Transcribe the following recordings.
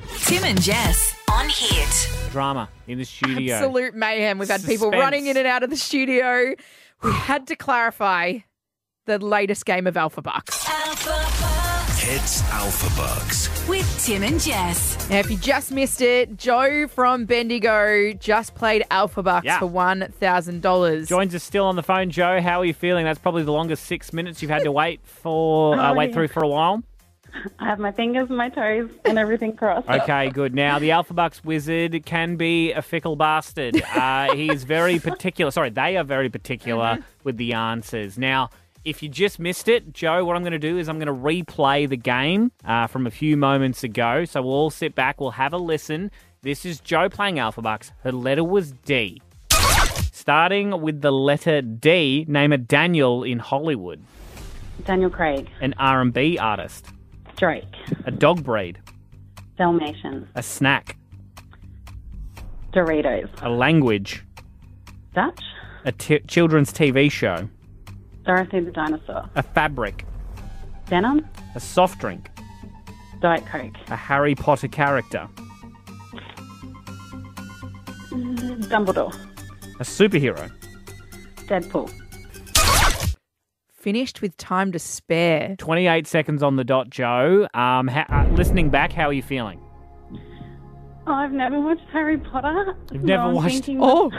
Tim and Jess on Hit. Drama in the studio. Absolute mayhem. We've had people Suspense. running in and out of the studio. We had to clarify the latest game of Alpha Bucks. Alpha Hits Alpha Bucks. Bucks with Tim and Jess. Now, if you just missed it, Joe from Bendigo just played Alpha Bucks Yeah. for $1,000. Joins us still on the phone, Joe. How are you feeling? That's probably the longest six minutes you've had to wait for, uh, Oh, wait yeah. through for a while. I have my fingers and my toes and everything crossed. Okay, good. Now, the Alpha Bucks wizard can be a fickle bastard. Uh, he is very particular. Sorry, they are very particular with the answers. Now, if you just missed it, Joe, what I'm going to do is I'm going to replay the game uh, from a few moments ago. So we'll all sit back, we'll have a listen. This is Joe playing Alpha Bucks. Her letter was D. Starting with the letter D, name a Daniel in Hollywood, Daniel Craig, an R&B artist, Drake, a dog breed, Dalmatians, a snack, Doritos, a language, Dutch, a t- children's TV show, Dorothy the Dinosaur, a fabric, Denim, a soft drink, Diet Coke, a Harry Potter character, Dumbledore, a superhero. Deadpool, Finished with time to spare. 28 seconds on the dot, Joe. Um, ha- uh, listening back, how are you feeling? Oh, I've never watched Harry Potter. You've never No, I'm watched- thinking- Oh,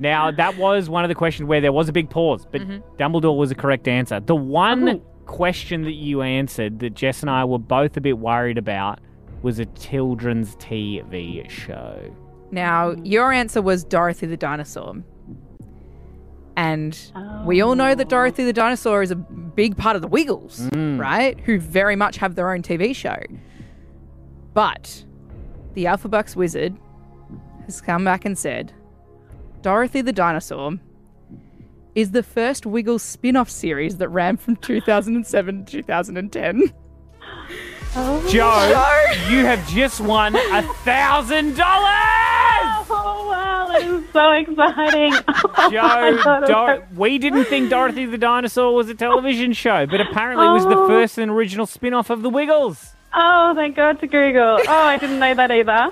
Now, that was one of the questions where there was a big pause, but Dumbledore was the correct answer. The one Oh. question that you answered that Jess and I were both a bit worried about was a children's TV show. now Mm. your answer was Dorothy the Dinosaur. And we all know that Dorothy the Dinosaur is a big part of the Wiggles, Mm. right? Who very much have their own TV show. But the Alpha Bucks wizard has come back and said Dorothy the Dinosaur is the first Wiggles spin off series that ran from 2007 to 2010. Joe, you have just won a thousand dollars. Oh, wow, that is so exciting. Joe, thought it Dor- we didn't think Dorothy the Dinosaur was a television show, but apparently it was the Oh. first and original spin off of The Wiggles. oh, thank God to Google. Oh, I didn't know that either.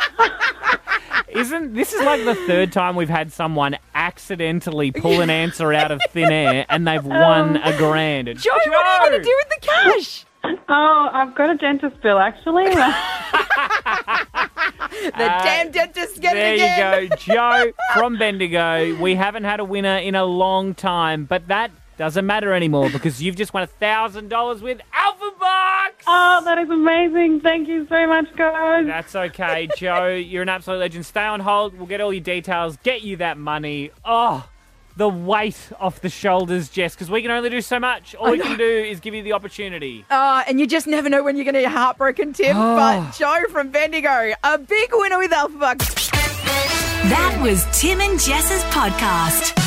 Isn't this is like the third time we've had someone accidentally pull an answer out of thin air and they've won a grand? Joe, Joey, Um, what are you going to do with the cash? Oh, I've got a dentist bill, actually. The damn dentist get Uh, There it again. you go, Joe from Bendigo. We haven't had a winner in a long time, but that doesn't matter anymore because you've just won a thousand dollars with Alpha Bucks. Oh, that is amazing. Thank you so much, guys. That's okay, Joe. You're an absolute legend. Stay on hold. We'll get all your details, get you that money. Oh, the weight off the shoulders, Jess, because we can only do so much. All we can do is give you the opportunity. Uh, and you just never know when you're going to get heartbroken, Tim. But Joe from Bendigo, a big winner with Alpha Bucks. That was Tim and Jess's podcast.